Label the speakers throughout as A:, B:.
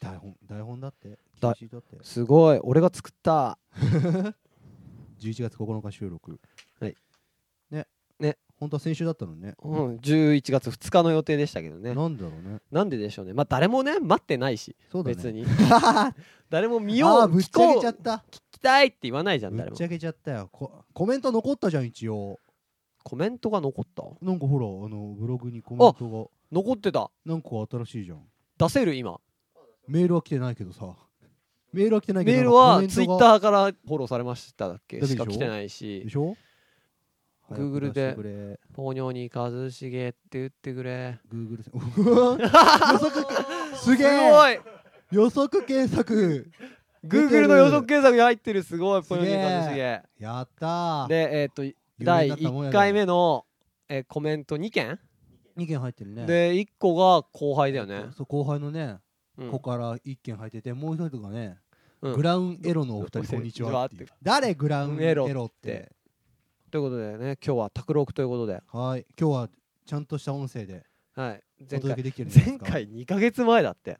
A: 台本台本だって
B: だ
A: 厳しいだって
B: すごい俺が作った
A: 11月9日収録
B: はい
A: ね
B: ね
A: 本当は先週だったのにね
B: うん11月2日の予定でしたけどね
A: なんだろうね
B: なんででしょうねまあ誰もね待ってないし
A: そうだね
B: 別に
A: あ
B: 誰も見よ
A: ー
B: う
A: ぶっ
B: 聞
A: ちゃ
B: こ
A: け
B: う
A: ちゃっ
B: 聞
A: た
B: きたいって言わないじゃん
A: ぶ
B: 誰
A: っ
B: も
A: ちゃけちゃったよこコメント残ったじゃん一応
B: コメントが残った
A: なんかほらあのブログにコメント
B: 残ってた
A: がなんか新しいじゃん
B: 出せる今
A: メールは来てないけどさメールは来てないけど
B: メール
A: コ
B: は
A: メン
B: ツイ
A: ト
B: ッ
A: が
B: ターからフォローされましただっけ
A: だけで
B: し
A: しょ
B: か来てない
A: で
B: し
A: しょ
B: Google
A: 早
B: で
A: く出してくれ
B: 「ポニョに一茂」って言ってくれ
A: Google で 予測す
B: す
A: げ
B: ご
A: え
B: い
A: 予測検索
B: Google の予測検索に入ってるすごい
A: す
B: ポ
A: げ
B: ニ
A: え
B: ョに一茂
A: やったー
B: でえっと
A: 有名
B: 第
A: になったもんや
B: 1
A: な
B: 回目のえーコメント2件
A: 2件入ってるね
B: で1個が後輩だよね
A: そう後輩のね
B: うん
A: ここから1件入っててもう一人がね
B: うん
A: グラウンエロのお二人こんにちはっていう
B: こ
A: 誰グラウンエロって
B: ということでね今日は卓録ということで
A: はい今日はちゃんとした音声で
B: はい
A: お
B: 前
A: 届
B: 回
A: けできてるんじゃない
B: 前
A: ですか
B: 回2ヶ月前だって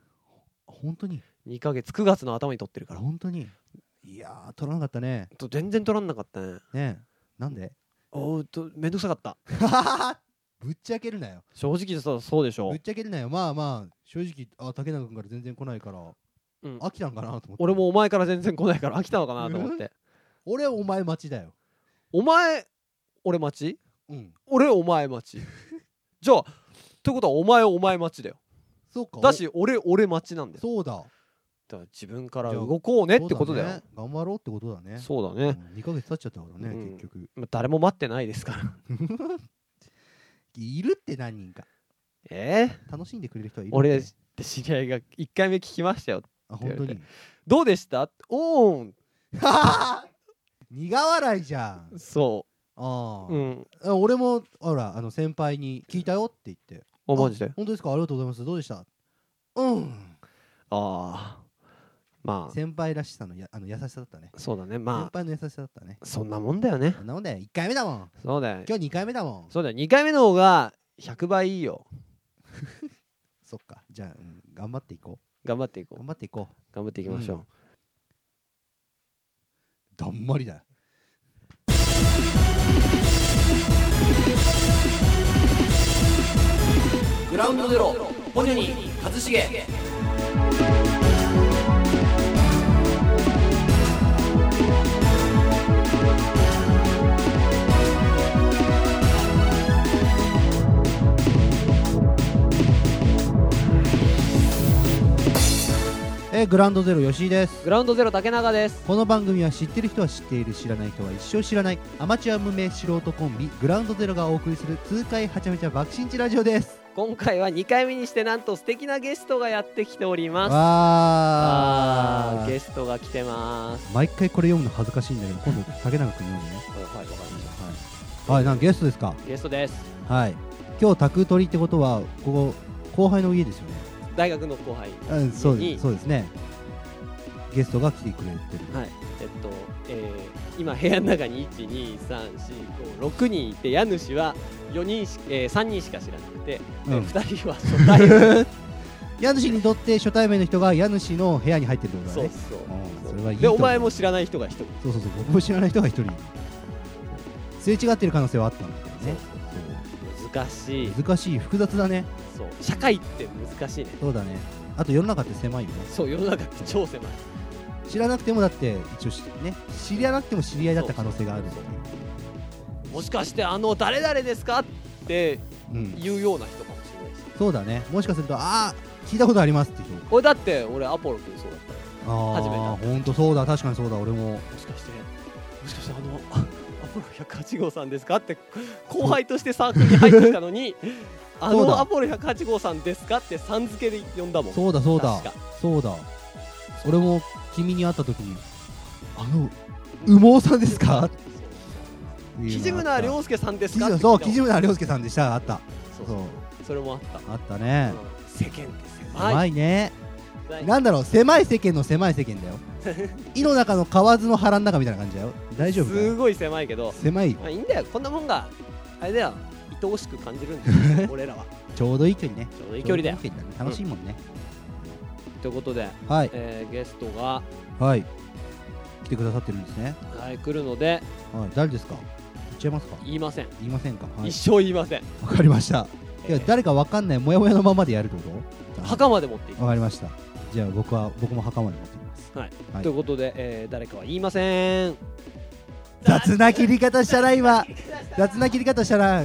A: 本当に
B: 2ヶ月9月の頭に撮ってるからほん
A: 本当にいやー取らなかったね
B: と全然撮らんなかったね
A: ねえなん で
B: おーっとめんどくさかった
A: ぶっちゃけるなよ
B: 正直そうそうでしょ
A: ぶっちゃけるなよまあまあ正直あ竹中君から全然来ないから、
B: うん
A: 飽きたんかなと思って
B: 俺もお前から全然来ないから飽きたのかなと思って
A: 俺お前待ちだよ
B: お前俺待ち
A: うん
B: 俺お前 待ちじゃあということはお前お前待ちだよ
A: そうか
B: だし俺俺待ちなんだ
A: お
B: よ
A: そうだ
B: だから自分から動こうねってことだよ
A: そうね頑張ろうってことだね
B: そうだね
A: 2ヶ月経っちゃったからね、
B: うん
A: 結局
B: まあ誰も待ってないですから
A: いるって何人か
B: えー
A: 楽しんでくれる人はいるって
B: 俺って知り合いが1回目聞きましたよ
A: あ本当
B: って
A: に
B: どうでしたおーん
A: 苦笑いじゃん
B: そ
A: あ
B: ううん
A: あ、俺もほらあの先輩に聞いたよって言って
B: あマジで
A: あ本当ですかありがとうございますどうでしたうん
B: ああま
A: 先輩らしさのやあの優しさだったね
B: あそうだね
A: 先
B: ま
A: 輩の優しさだったね
B: あそんなもんだよね
A: そんなもんだよ1回目だもん
B: そうだよ
A: 今日2回目だもん
B: そうだよ2回目の方が100倍いいよ
A: そっかじゃあ、うん頑張っていこ
B: 頑張っていうこう
A: 頑張っていこう
B: 頑張っていきましょう、
A: だんまりだよ
C: グラウンドゼロポニョに一茂
A: えーグランドゼロ吉井です
B: グラウンドゼロ竹中です
A: この番組は知ってる人は知っている知らない人は一生知らないアマチュア無名素人コンビグラウンドゼロがお送りする痛快はちゃめちゃ爆心地ラジオです
B: 今回は2回目にしてなんと素敵なゲストがやってきておりますあ
A: わ
B: ー
A: ー
B: ゲストが来てます
A: 毎回これ読むの恥ずかしいんだけど今 度竹中君読んでね
B: はいわかりまし
A: はい、はい、なんかゲストですか
B: たゲストです
A: はい今日宅取りってことはここ後輩の家ですよね
B: 大学の後輩
A: うんそう
B: い
A: で
B: い
A: すそうですねゲストが来てくれてる
B: はいえっと、えー今部屋の中に12345人いて家主は4人し、えー、3人しか知らなくて、で
A: うん
B: 2人は初対 面
A: 家主にとって初対面の人が家主の部屋に入ってるってことだ
B: そう
A: ね
B: そう
A: うんそれはいい
B: で
A: と
B: お
A: 思う
B: 前も知らない人が1人
A: そうそうそう僕も知らない人が一人すれ違ってる可能性はあったんだけどね
B: 難しい
A: 難しい複雑だね
B: そう社会って難しいね
A: そうだねあと世の中って狭いよね
B: そう世の中って超狭い
A: 知らなくてもだって一応しね知らなくても知り合いだった可能性があるんだよね
B: もしかしてあの誰々ですかって
A: うん
B: 言うような人かもしれないし
A: そうだねもしかするとああ聞いたことありますって人
B: 俺だって俺アポロ君そうだったよ
A: あ
B: 初めて
A: あ本当そうだ確かにそうだ俺も
B: もしかしてもしかしてあの あアポロ108号さんですかって後輩としてサークルに入ってきた のにあ
A: そう
B: の
A: だ
B: アポロ108号さんですかってさん付けで呼んだもん
A: そうだそうだ
B: 確か
A: そうだ俺も君に会った時にあの羽毛さんですか
B: 木村良介さんですか
A: さ
B: っ
A: ん
B: て
A: そう
B: 聞
A: 木
B: いたもん
A: 村良介さんでしたあった
B: そう
A: そう
B: それもあった、
A: あったね
B: うん世間って狭
A: 狭
B: い
A: いね、
B: 狭い
A: なんだろう狭い世間の狭い世 間だよ井の中の蛙の腹の中みたいな感じだよ大丈夫か
B: す
A: な
B: ごい狭いけど、
A: 狭い
B: まあ、いいんだよこんなもんがあれだよ愛おし く感じるんだよ俺らは
A: ちょうどいい距離ね
B: ちょうどいい距離だよ
A: ちょうどいい距離だね楽しいもんね、
B: とということで、
A: はい
B: えーゲストが、
A: はい来てくださってるんですね
B: はい、来るので
A: はい誰ですか言っちゃいますか
B: 言いません、
A: 言いませんかはい
B: 一生言いません、
A: わかりましたいや
B: えー
A: 誰かわかんないモヤモヤのままでやるってこと
B: 墓まで持っていく、
A: わかりましたじゃあ僕は僕も墓まで持ってき ますはい
B: ということで、えー誰かは言いません
A: 雑な切り方したら今雑な切り方したら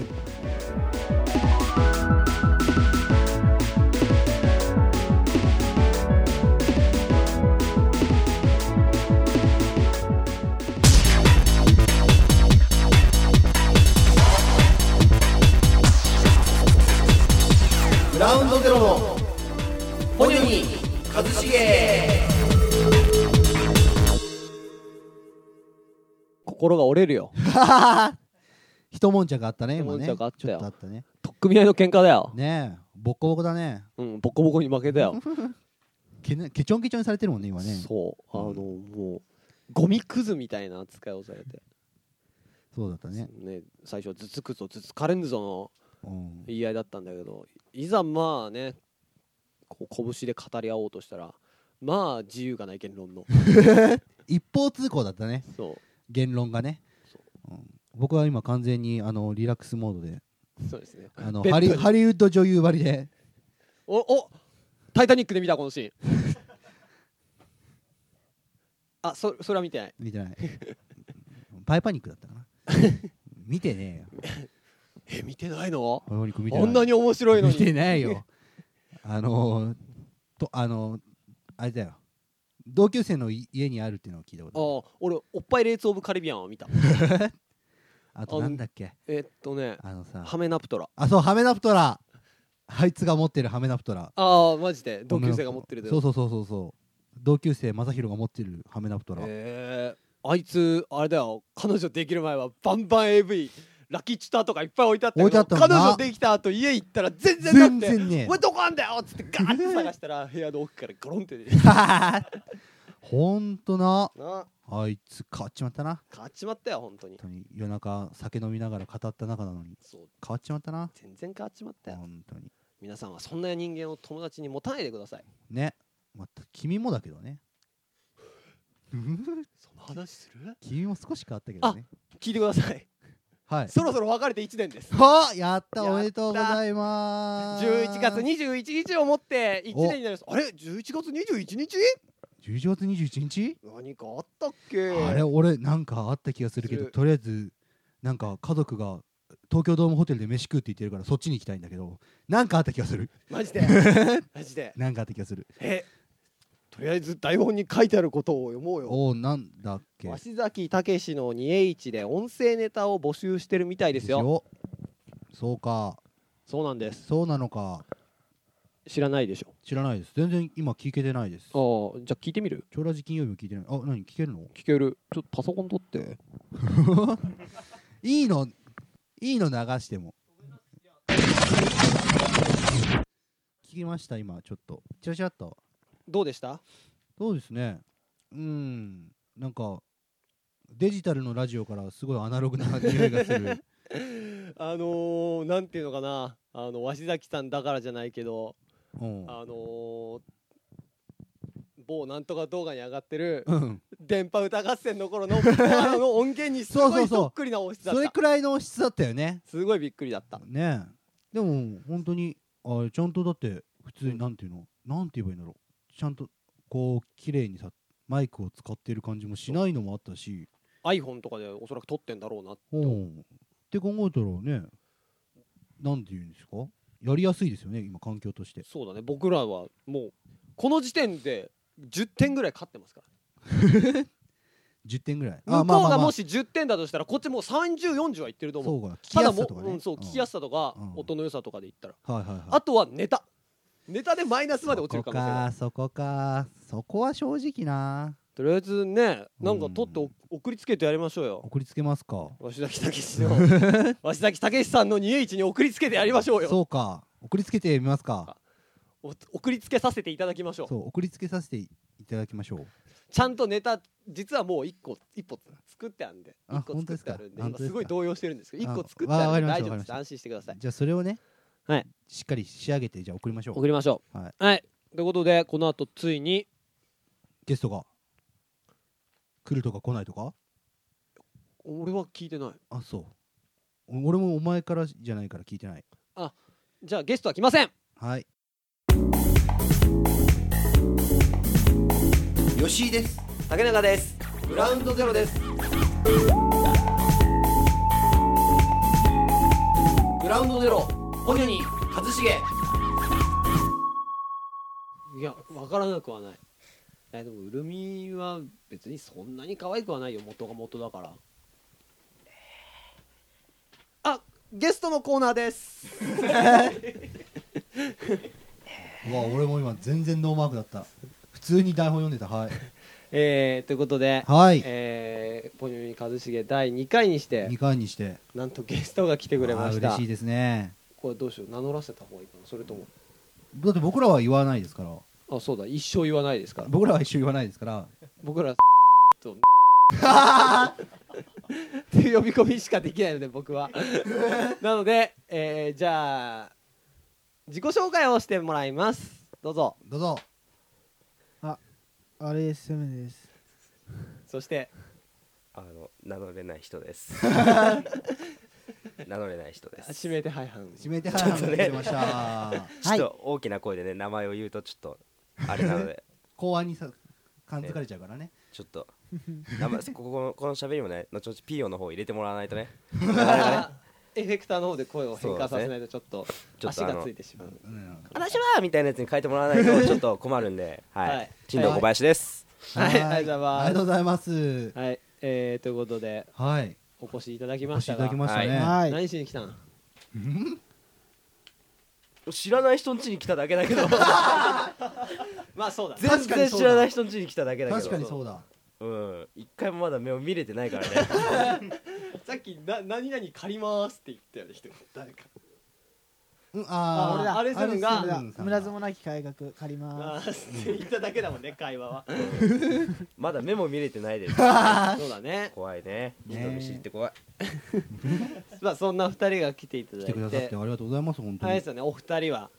C: グラウンドゼロのポニョに一茂
B: 心が折れるよ
A: 一悶着あったね今ね
B: 一悶着あったよ
A: ちょっとあったね
B: 取っ組み合いの喧嘩だよ、
A: ねえボッコボコだね
B: うん、ボコボコに負 けたよ、
A: けねケチョンケチョンにされてるもんね今ねそ
B: そうあの、
A: う
B: もうゴミくずみたいな扱いをされて、
A: うだったね、
B: ね、最初は頭突くぞ頭突かれんぞの
A: うん、
B: 言い合いだったんだけどいざまあねこう拳で語り合おうとしたらまあ自由がない言 論の
A: 一方通行だったね
B: そ
A: 言論がね
B: そ、
A: うん、僕は今完全にあのリラックスモードで
B: うそうですね
A: あの
B: ベッド
A: ハリ
B: に
A: ハリウッド女優割りで
B: おおタイタニックで見たこのシーンあそそれは見てない
A: 見てない パイパニックだったかな見てねえよ
B: え見てないの
A: パイパニック見てない
B: こんなに面白いのに
A: 見てないよあのー、とあのー、あれだよ同級生のい家にあるっていうのを聞いたこ
B: あ
A: と
B: ー俺おっぱいレイツ・オブ・カリビアンを見た
A: あるあとなんだっけ
B: えっとね
A: あのさ
B: ハメナプトラ
A: あそうハメナプトラあいつが持ってるハメナプトラ
B: ああマジで同級生が持ってるで
A: そうそうそうそうそう同級生正弘が持ってるハメナプトラ、
B: えー、あいつあれだよ彼女できる前はバンバン AV ラキチュタとかいっぱい置いてあったけど
A: 置いてあったもん
B: 彼
A: な
B: 女できた後家行ったら全然なく
A: 全
B: て
A: 然ね
B: 俺どこあんだよっつってガーって探したら部屋の奥からゴロンって出て
A: え ほんとな
B: な
A: あいつ変わっちまったな
B: 変わっちまったよ本当に
A: 本当に夜中酒飲みながら語った仲なのに
B: そう
A: 変わっちまったな
B: 全然変わっちまったよ
A: 本当に
B: 皆さんはそんな人間を友達に持たないでください
A: ねまた君もだけどね
B: その話する
A: 君も少し変わったけどね
B: 聞いてくださ い
A: はい
B: そろそろ別れて1年です
A: はやった
B: やった
A: おめでとうございます
B: 11月21日をもって1年になりますあれ11月21日
A: 11月21日、
B: 何かあったっけ
A: あれ俺なんかあった気がするけど
B: する
A: とりあえずなんか家族が東京ドームホテルで飯食うって言ってるからそっちに行きたいんだけどなんかあった気がする
B: マ ジでマジで
A: なんかあった気がする
B: えとりあえず台本に書いてあることを読もうよ
A: おおなんだっけ
B: 鷲崎武史の 2H で音声ネタを募集してるみたいですよ
A: ですよそうか
B: そうなんです
A: そうなのか
B: 知らないでしょ
A: 知らないです全然今聞けてないです
B: ああじゃあ聞いてみる
A: 超ラジ金曜日も聞いてないあ何聞けるの
B: 聞けるちょっとパソコン取って
A: いいのいいの流しても聞きました今ちょっとチラチラっと
B: どうでした
A: そうですねうんなんかデジタルのラジオからすごいアナログな匂いがす る
B: あのー、なんていうのかなあの鷲崎さんだからじゃないけど
A: うん
B: あのー某なんとか動画に上がってる
A: うん
B: 電波歌合戦の頃のあの音源にす
A: そ
B: ご
A: うそう
B: い
A: そう
B: そっくりな音質だっ
A: それ
B: た
A: くらいの質だったよね
B: すごいびっくりだった
A: ねえでも本当にあちゃんとだって普通
B: う
A: に
B: ん
A: なんていうのなんて言えばいいんだろうちゃんとこう綺麗にさマイクを使ってる感じもしないのもあったし
B: iPhone とかでおそらく撮ってんだろうな
A: おんって考えたらねなんて言うんですかやりやすいですよね今環境として
B: そうだね僕らはもうこの時点で10点ぐらい勝ってますか
A: 10点ぐらい
B: ら向こうがも
A: し
B: し10点だとしたらこっちもう3040はいってると思
A: そううか聞き
B: た
A: や
B: だ
A: すさ
B: も
A: とか
B: う、
A: ね
B: うん、そう聞きやすさとか、
A: うん
B: 音の良さとかで言ったら、
A: うんはいはいはい
B: あとはネタネタでマイナスまで落ちるかもしれない
A: そこかそこかそこは正直な
B: とりあえずねなんか撮ってお送りつけてやりましょうよ
A: 送りつけますか
B: 鷲崎武 史の鷲崎武史さんの 2H に送りつけてやりましょうよ
A: そうか送りつけてみますか
B: お送りつけさせていただきましょう
A: そう送りつけさせていただきましょう
B: ちゃんとネタ実はもう一個一歩作ってあるんで
A: あ
B: 一個作ってあるんで
A: 本当で
B: 今
A: すか
B: すごい動揺してるんですけど
A: あ
B: 一個作ってあるんで
A: わわか
B: 大
A: りましたわか
B: 丈夫
A: りま
B: で
A: した
B: す安心してください
A: じゃあそれをね
B: はい
A: しっかり仕上げてじゃあ送りましょう
B: 送りましょう
A: はい
B: はいということでこの後ついに
A: ゲストが来るとか来ないとか
B: 俺は聞いてない
A: あそうお俺もお前からじゃないから聞いてない
B: じゃあゲストは来ません
A: はい
C: 吉井です
D: 竹中です
C: グラウンドゼロですグラウンドゼロポニョニー一茂
B: いや分からなくはないえでもうるみは別にそんなに可愛くはないよ元が元だからあゲストのコーナーです
A: うわ俺も今全然ノーマークだった普通に台本読んでたはい
B: えー、ということで、
A: はい、
B: えー、ポニョに一茂第2回にして
A: 2回にして
B: なんとゲストが来てくれまし
A: あー
B: た
A: 嬉しいですね
B: これどうしよう名乗らせた方がいいかなそれとも
A: だって僕らは言わないですから
B: あそうだ一生言わないですから
A: 僕らは一緒言わないですから
B: 僕らとっていう呼び込みしかできないので僕はなので、えーじゃあ自己紹介をしてもらいますどうぞ
A: どうぞ
E: あれです、セメです。
B: そして
D: あの名乗れない人です 名乗れない人です
B: 指名手配犯
A: 指名手配犯が出てました
D: ちょっと大きな声でね名前を言うとちょっとあれなの で
A: 公安にさ感づかれちゃうからね
D: ちょっと名前ここのこの喋りもね後々ピーヨンの方入れてもらわないとね
B: エフェクターの方で声を変化させないとちょっと
D: ちょっ
B: 足
D: とあ
B: が
D: の
B: ついてしまう
A: うん
D: 私はみたいなやつに変えてもらわないとちょっと困るんではい、
B: はい
D: 陳藤小林です、
B: はいありがとうございます
A: ありがとうございます
B: はいえー、ということで
A: はい
B: お越しいただき
A: お
B: ま
A: 越
B: し
A: しい
B: た
A: ただ
B: が
A: きました
D: え
A: ね
E: はい。
B: 何しに来たん
D: 知らない人ん家に来ただけだけ ど
B: まあそうだね
D: 全
A: 確かに
D: 然
A: そうだ
D: 知らない人ん家に来ただけだけど
A: 確かにそうだ
D: うん一回もまだ目を見れてないから ね
B: さっきな何々借りますって言ったよね人誰か
A: うん
B: あ
A: あ
E: 俺だ。
B: アレスンが
E: アレスン
A: う
E: が
A: ん
E: 村園なき改革借りま
B: あー って言っただけだもんね会話は
D: まだ目も見れてないです
B: そうだね
D: 怖いね
A: ね
D: 人見知りって怖い
B: まあそんな二人が来ていただ
A: ー来
B: い
A: て
B: て
A: くださってありがとうございます本当
B: あれで
A: に
B: すよねお二人は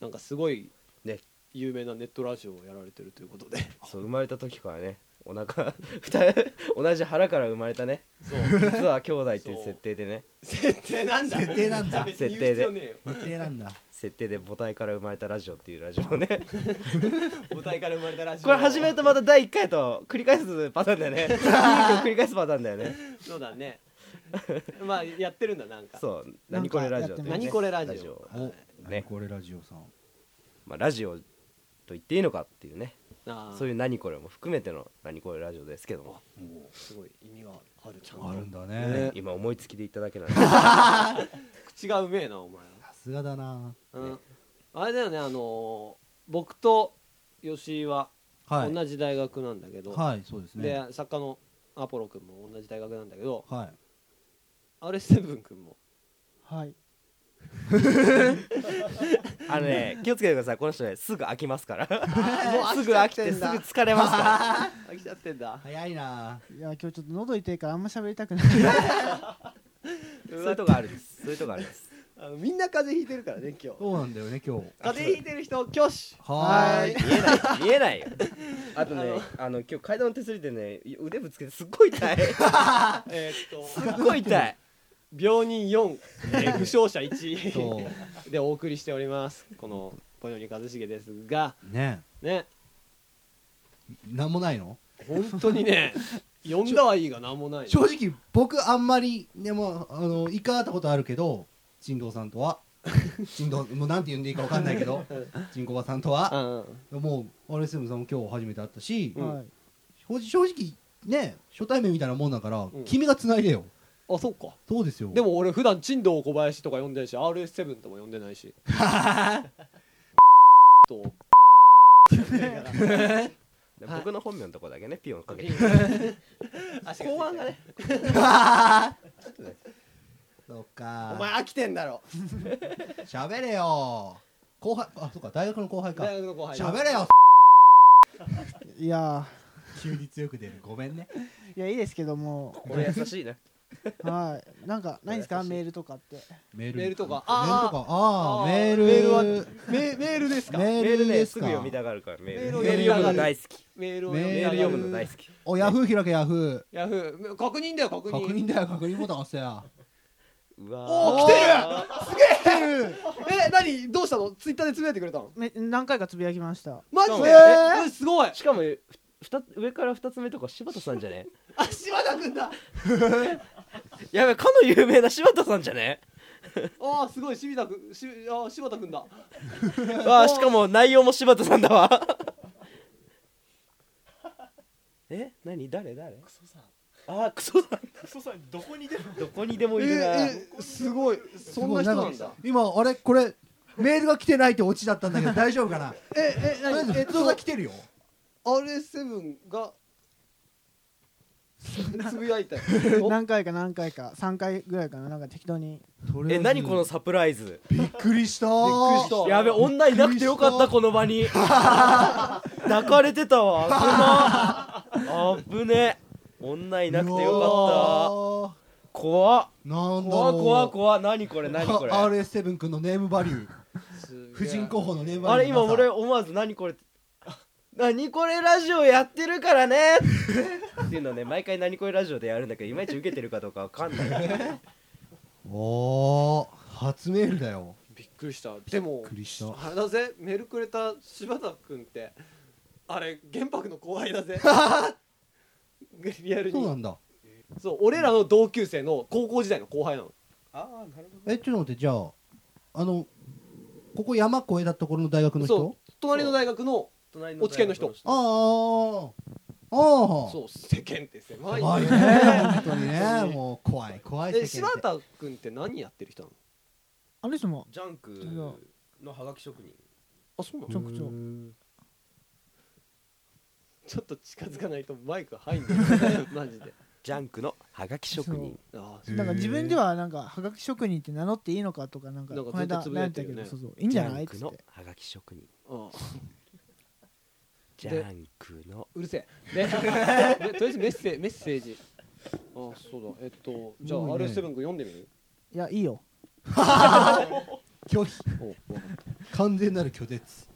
B: なんかすごい
D: ね
B: 有名なネットラジオをやられてるということで
D: そう生まれた時からねお腹二人同じ腹から生まれたね実は兄弟っていう設定でね
B: 設定なんだ
A: 設定なんだ
B: 別に言う必要ねえよ
A: 設定なんだ
D: 設定で母体から生まれたラジオっていうラジ オをね
B: 母体から生まれたラジオ
D: これ始めるとまた第1回と繰り返すパターンだよね いい曲繰り返すパターンだよね
B: そうだねまあやってるんだなんか
D: そう「何これラジオ」っていうね
B: 何これラジオ
A: お
D: ね
A: これラジオさん
D: まあ、ラジオと言っていいのかっていうね
B: あー
D: そういう「何これ」も含めての「何これラジオ」ですけども、
B: すごい意味があるちゃんと
A: あるんだ
D: ね
A: ね
D: 今思いつきで言った だけなんで
B: 口がうめえなお前は
A: さすがだな
B: うんあれだよねあのー僕と吉井は
A: はい
B: 同じ大学なんだけど、
A: はいそうですね
B: で作家のアポロ君も同じ大学なんだけど
A: はい
B: アレスセブン君 も
E: す。はい。
D: あのね気をつけてくださいこの人ねすぐ飽きますから
B: も
D: すぐ飽き てすぐ疲れますから
B: 飽きちゃってんだ
A: 早いない
E: や、今日ちょっと喉痛いからあんま喋りたくない。
D: そういうとこあるんですそういうとこあるんです
B: あのみんな風邪ひいてるからね今 日
A: そうなんだよね今日
B: 風邪ひいてる人挙手
A: はーい
D: 見えない見えないよ あとねあの今日階段の手すりでね腕ぶつけてすっごい痛いす
B: えーっと
D: っごい痛い
B: 病人4、え ー負傷
A: そ
B: 者1で お送りしておりますこのポニョニ一茂ですが
A: うね
B: ね
A: なんもないの
B: 本当に ね呼んだはいいが何もない
A: 正直僕あんまりねもうあの行かったことあるけど進藤さんとは進藤もうなんて呼んでいいかわかんないけど進藤さんとは
B: うん
A: もうアレスムさんも今日初めて会ったし、
B: うん
E: はい。
A: 正正直ね初対面みたいなもんだから、
B: ん
A: 君が繋いでよ
B: あそうか
A: そうですよ
B: で も俺普段珍道小林とか呼んでるし RS7 とも呼んでない し と
D: で
B: はい
D: 僕の本名のとこだけねピヨンかけて
B: 後半がね
A: そうか
B: お前飽きてんだろ
A: 喋れよ後輩あそうか大学の後輩か
B: 大学の後輩
A: 喋れよ
E: いや
A: 急に強く出るごめんね
E: ー、いや、いいですけども。
D: これ優しいね
E: はい。なんかないんですかメールとかって。
A: メール
B: メールとか
A: メールとかあ
B: あ
A: あ
B: ー
A: メール
B: メールはメメールですか
A: メ
B: メ
A: ー
D: メール
A: ルで
D: ね
A: す
D: す
A: か
D: ぐ読みたがるからメ
B: メー
D: ー
B: ル
D: ル
B: を
D: メ
B: 読
D: ー
B: み
D: ル
B: たがる
D: 読むの大好き
B: ールを
A: メ
D: メール読むの大好き
A: おヤフー開けヤフ
B: ヤフー確認だよ確
A: ー
B: 認
A: 確認だよ確認ボタン押せや
D: うわ
B: お
D: ー
B: お来てる え何どうしたのツイッターでつぶやいてくれたの
E: め何回かつぶやきました。
B: マジ
D: そ
B: で
D: う、
A: だね
B: えすごい
D: しかもふ二つ上から二つ目とか柴田さんじゃね
B: あ柴田君だ
D: やべかの有名な柴田さんじゃね
B: ああすごい柴田君しあー柴田君だ
D: わあしかも内容も柴田さんだわ え何誰誰クソさんあークソさん
F: クソさんどこにでも
D: どこにでもいるな、
B: ええすごいそんな人なん
A: す
B: だ
A: ごい今あれこれメールが来てないってオチだったんだけど大丈夫かな
B: ええ
A: とりあえず
B: 何えっ
A: 普通
B: と
A: が来てるよ
B: RS7 がつぶやいたよお
E: 何回か何回か3回ぐらいかななんか適当に。
D: え何このサプライズ
A: びっくりした
B: びっくりした
D: やべ女いなくてよかったこの場 に抱かれてたわ危な危ね女いなくてよかった
A: かっ
D: 怖った
A: なんだ
D: 怖怖
A: 怖
D: 怖何これ何 これ
A: RS7 君のネームバリュー
B: すげえ
A: 婦人候補のネーム
D: あ
A: バリ
D: れ
A: ュー
D: 今
A: の
D: 俺思わず何これ何これラジオやってるからね っていうのをね毎回何これラジオでやるんだけどいまいち受けてるかどうかわかんない
A: おー初メールだよ
B: びっくりしたでも
A: びっくりした
B: あれだぜメールくれた柴田君ってあれ原爆の後輩 だぜリアル
A: そうな
B: に
A: んだ
B: そう俺らの同級生の高校時代の後輩なの
F: ああなるほ
A: えちょっと待ってじゃああのここ山越えたところの大学の人
B: そう隣の大学の
D: 隣
B: お知見の人
A: あーああ
B: そう世間って狭い
A: 怖いね
B: ね
A: 本当にねもう怖い怖い世間
B: え
A: って
B: 柴田君って何やってる人なの
E: あの人も
D: ジャンクのハガキ職人
B: あそうな
E: ちょくちょ
B: ちょっと近づかないとマイク入ん ないマジで
D: ジャンクのハガキ職人
B: あ
A: へー
E: なんか自分ではなんかはがき職人って名乗っていいのかとかなんか
B: なん
E: こ
B: かず
E: の
B: っと
E: 間
B: つぶや
E: 悩
B: い
E: ん
B: て
E: だ
B: る
E: け
B: よね
E: どそうそういいんじゃないっつ
D: ジャ
E: っ
D: ンク
E: て
D: のハガキ職人
B: あ
D: ジャンクの
B: うるせえ ででとりあえずメッセメッセージあそうだえっとじゃあ
A: もうね
B: R7 君読んでみる
E: いやいいよ
A: 拒否
B: おわかった
A: 完全なる拒絶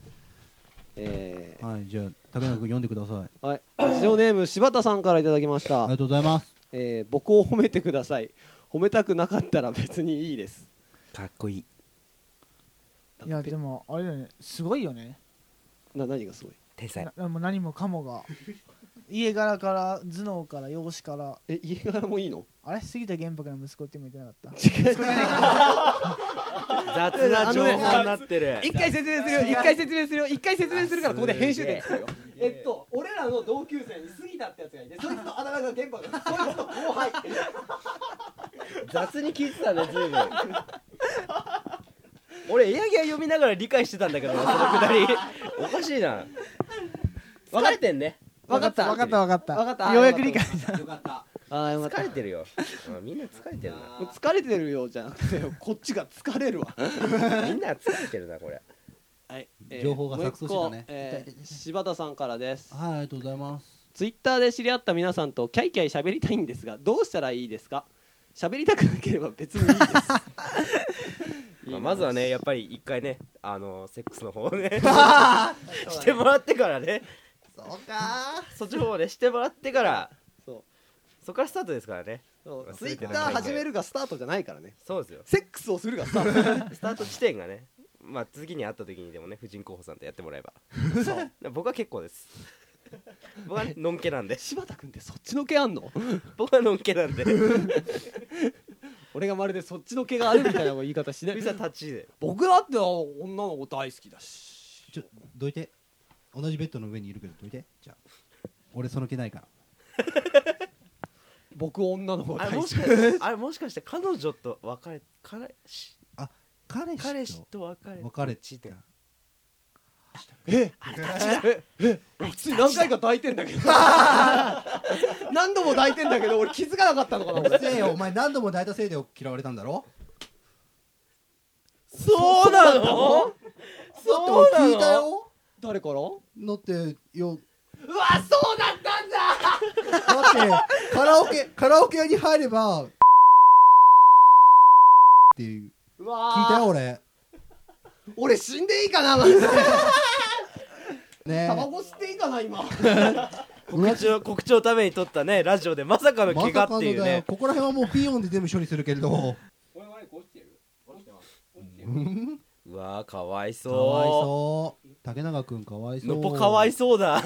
B: え
A: はいじゃあ竹中君読んでください
B: ー、はいラジオネーム柴田さんからいただきまし
A: あ
B: た
A: りがとうございます
B: えー、僕を褒めてください褒めたくなかったら別にいいです
D: かっこいい
E: いやでもあれだよねすごいよね
B: な何がすごい
D: 天才
E: なもう何もかもが家柄から頭脳から容姿から
B: え家柄もいいの
E: あれ杉田玄白の息子っても言ってなかった
D: 雑な情報になってる
B: 一回説明するよ一回説明するよ一回説明するからここで編集点作るよえっと俺らの同級生に杉田ってやつ がいてそいつとあだ名が現場がそいつと後輩
D: 雑に聞いてたね随分 俺エアギア読みながら理解してたんだけどなそのく だりおかしいな分かれてんね
B: 分かった
E: 分かった分かった
B: 分かった
E: ようやく理解
B: したよかったあーよかった
D: 疲れてるようんみんな疲れてるな
B: もう疲れてるよじゃなくて こっちが疲れるわ
D: みんな疲れてるなこれ
B: はい、
A: 情報が錯綜してたね
B: もう一個えー柴田さんからです
A: はいありがとうございます
B: ツイッターで知り合った皆さんとキャイキャイ喋りたいんですがどうしたらいいですか喋りたくなければ別にいいですいい
D: ま
B: な
D: あまずはねやっぱり一回ねあのセックスの方を ねしてもらってからね
A: そうか
D: そっちの方をねしてもらってから
B: そう
D: そこからスタートですからね
B: そう
D: 忘
B: ツイ
D: れて
B: ッ
D: ない
B: ター始めるがスタートじゃないからね
D: そうですよ
B: セックスをするがスタ ート
D: スタート地点がねまあ次に会った時にでもね婦人候補さんとやってもらえば僕は結構 です僕はねのんけなんで
B: 柴田君ってそっちの毛あんの
D: 僕はのんけな んで
B: 俺がまるでそっちの毛があるみたいな言い方しない
D: ビザ立ちで
B: 僕だって女の子大好きだし
A: ちょどいて同じベッドの上にいるけどどいてじゃあ俺その気ないから
B: 僕女の子
D: あ
B: 大
D: れ
B: 好
D: も
B: き
D: しかしてあれもしかして彼女と別れ彼氏
A: 彼氏と
D: 彼氏と別れ
A: 別れ
D: ち
A: て
D: て
A: た
B: えええ普通に何回か抱いてんだけど 何度も抱いてんだけど俺気づかなかったのかな
A: うる
B: 俺
A: せえよお前何度も抱いたせいで嫌われたんだろ
D: そうなのそうな
A: だって俺聞いた
D: の
A: よ
B: 誰から
A: だってよ
B: うわそうだったんだ
A: だってカラオケカラオケ屋に入ればっていう
B: うわー
A: 聞いたよ俺
C: 俺死んでいいかなマ ジで
A: ね
C: タバコ吸っていいかな今
D: 告知を告知をために撮ったねラジオでまさかの
A: ま
D: 怪
A: さ
D: 我
A: か
D: っ
A: の
D: ていう
A: だよ
D: ね
A: ここら辺はもうピヨンで全部処理するけれど
F: 俺はこうしてる落ちてます落ちて
A: う
F: る
A: ん
D: うわーか
A: かわ
D: わい
A: い
D: そ
A: そう竹永くんかわいうそう
D: のっぽかわいそうだ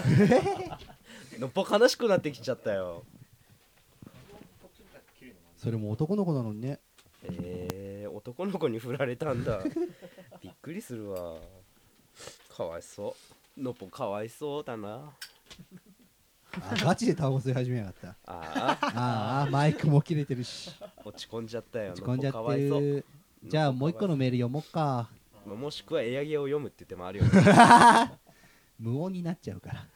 D: のっぽ悲しくなってきちゃったよ
A: それも男の子なのにね
D: えー、男の子に振られたん だびっくりするわかわいそうのっぽかわいそうだな
A: あガチでタバコ吸い始めやがった
D: あ あ
A: あーあーマイクも切れてるし
D: 落ち込んじゃったよ
A: 落ち込んじゃ
D: のっ
A: っ
D: ぽかわ
A: て
D: いそう
A: るじゃあもう一個の
D: のっ
A: メール読もうか
D: ぽかわいそうもしくはエアゲを読むって言ってもあるよね
A: 無音になっちゃうから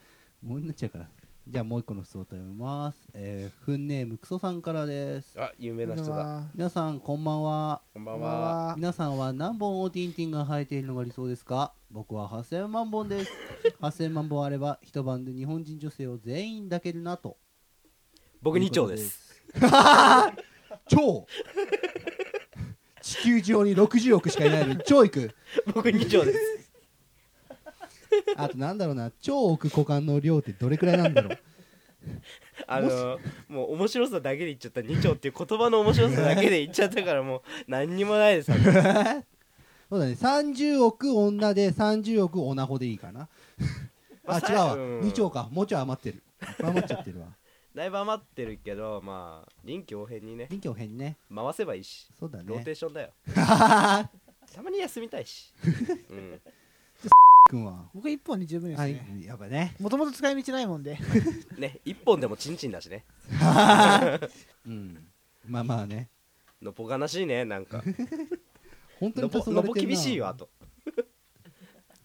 A: 無音になっちゃうからじゃあもう一個の質問を読みますえー、フンネームクソさんからです
D: あ有名な人だ
E: あ
A: 皆さんこんばんは
D: こんばんは
E: あ
A: 皆さんは何本オーティンティンが生えているのが理想ですか僕は8000万本です8000万本あれば一晩で日本人女性を全員抱けるなと
D: 僕2丁です
A: 超地球上に60億しかいないのに超いく
D: 僕2丁 です
A: あとなんだろうな超億股間の量ってどれくらいなんだろう
D: あのもう面白さだけで言っちゃった2丁っていう言葉の面白さだけで言っちゃったからもう何にもないです
A: そうだね30億女で30億オナホでいいかな
D: ま
A: あ
D: あ
A: 違うわ
D: うん
A: 2兆かもうちょい余ってるいっぱい余っちゃってるわ
D: だいぶ余ってるけどまあ臨機応変にね
A: 臨機応変にね
D: 回せばいいし
A: そうだね
D: ローテーショ ンだよたまに休みたいし、うん、
A: 君は
E: 僕一本で十分です
A: は
E: ね
A: いやっぱね
E: もともと使い道ないもんで
D: ね一本でもチンチンだしね
A: うんまあまあね
D: のぽ悲しいねなんか
A: 本当
D: の
A: に黄
D: ぽのぽ
A: 昏てるな
D: 厳しいよあと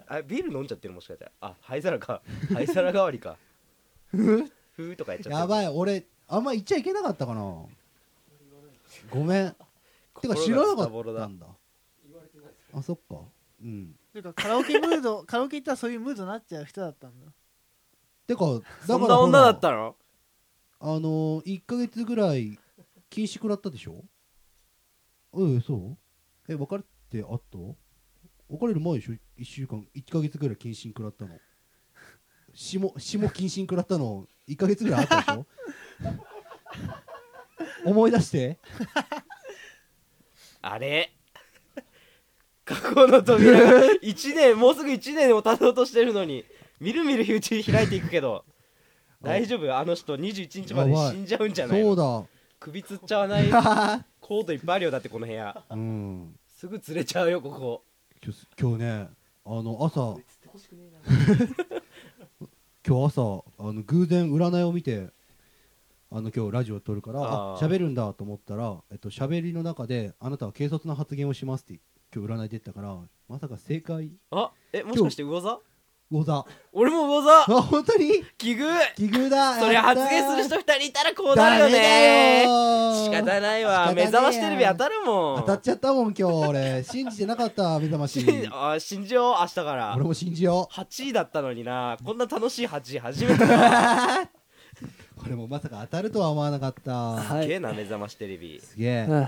D: あビール飲んじゃってるもしかしたらあ灰皿か灰皿代わりかふーとかやっちゃってる
A: やばい俺あんま言っちゃいけなかったかなごめんてか知らなかったんだあそっかうん
E: ていうかカラオケムードカラオケ行ったらそういうムードになっちゃう人だったんだ
A: てかだから
D: そん
A: ほ
D: な
A: ら
D: 女だったの
A: あのー、1ヶ月ぐらい禁止食らったでしょうんそうえ別れてあった別れる前でしょ1週間1ヶ月ぐらい謹慎食らったの霜霜謹慎食らったの1ヶ月ぐらいあったでし ょ思い出して
D: あれ 過去の扉が1年 もうすぐ1年を経とうとしてるのにみるみるうちに開いていくけ ど大丈夫あの人21日まで死んじゃうんじゃないの
A: そうだ
D: 首つっちゃわな いコートいっぱいあるよだってこの部屋
A: うん
D: すぐ釣れちゃうよここ
A: 今日今日ねあの朝 今日朝あの偶然占いを見てあの今日ラジオ撮るからあ
D: あー
A: 喋るんだと思ったらえっと喋りの中であなたは軽率な発言をしますって今日占い出てたからまさか正解
D: あえもしかして魚座
A: 魚座
D: 俺も魚
A: あ
D: 座
A: 本当に
D: 奇遇
A: 奇遇だ
D: そり
A: や
D: ゃ
A: っ
D: 発
A: たー
D: 言する人2人いたらこうな
A: ダ
D: るよ
A: メだ
D: ね
A: よ
D: 仕方ない
A: 仕方ね
D: わ
A: え
D: 目覚ましテレビ当たるもん
A: 当たっちゃったもん今日 俺信じてなかった目覚まし
D: し あ信じよう明日から
A: 俺も信じよ
D: 8位だったのになこんな楽しい8位初めてだ
A: う俺もまさか当たるとは思わなかった
D: すげえな目覚ましテレビ
A: すげえ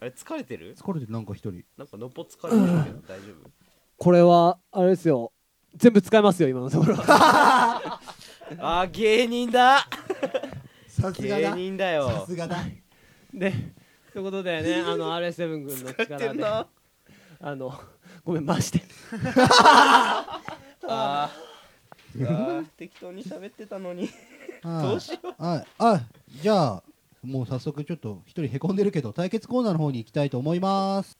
D: あれ疲れてる
A: 疲れてるなんか一人
D: なんかのっぽ疲れてるけど大丈夫
B: これはあれですよ全部使えますよ今のところ
D: あー芸人だ
A: さすが
D: 芸
A: だ
D: 人だよ
A: さすがだ
B: でということでねあの RS7 軍の
D: 疲れて
B: 力
D: ん
B: で
D: な
B: あのごめん回して
D: あーあー適当に喋ってたのにどうし
A: ようはいあじゃあもう早速ちょっと一人へこんでるけど対決コーナーの方に行きたいと思います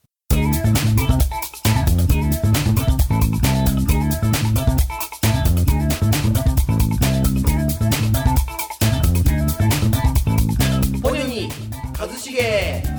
C: ポニョに一茂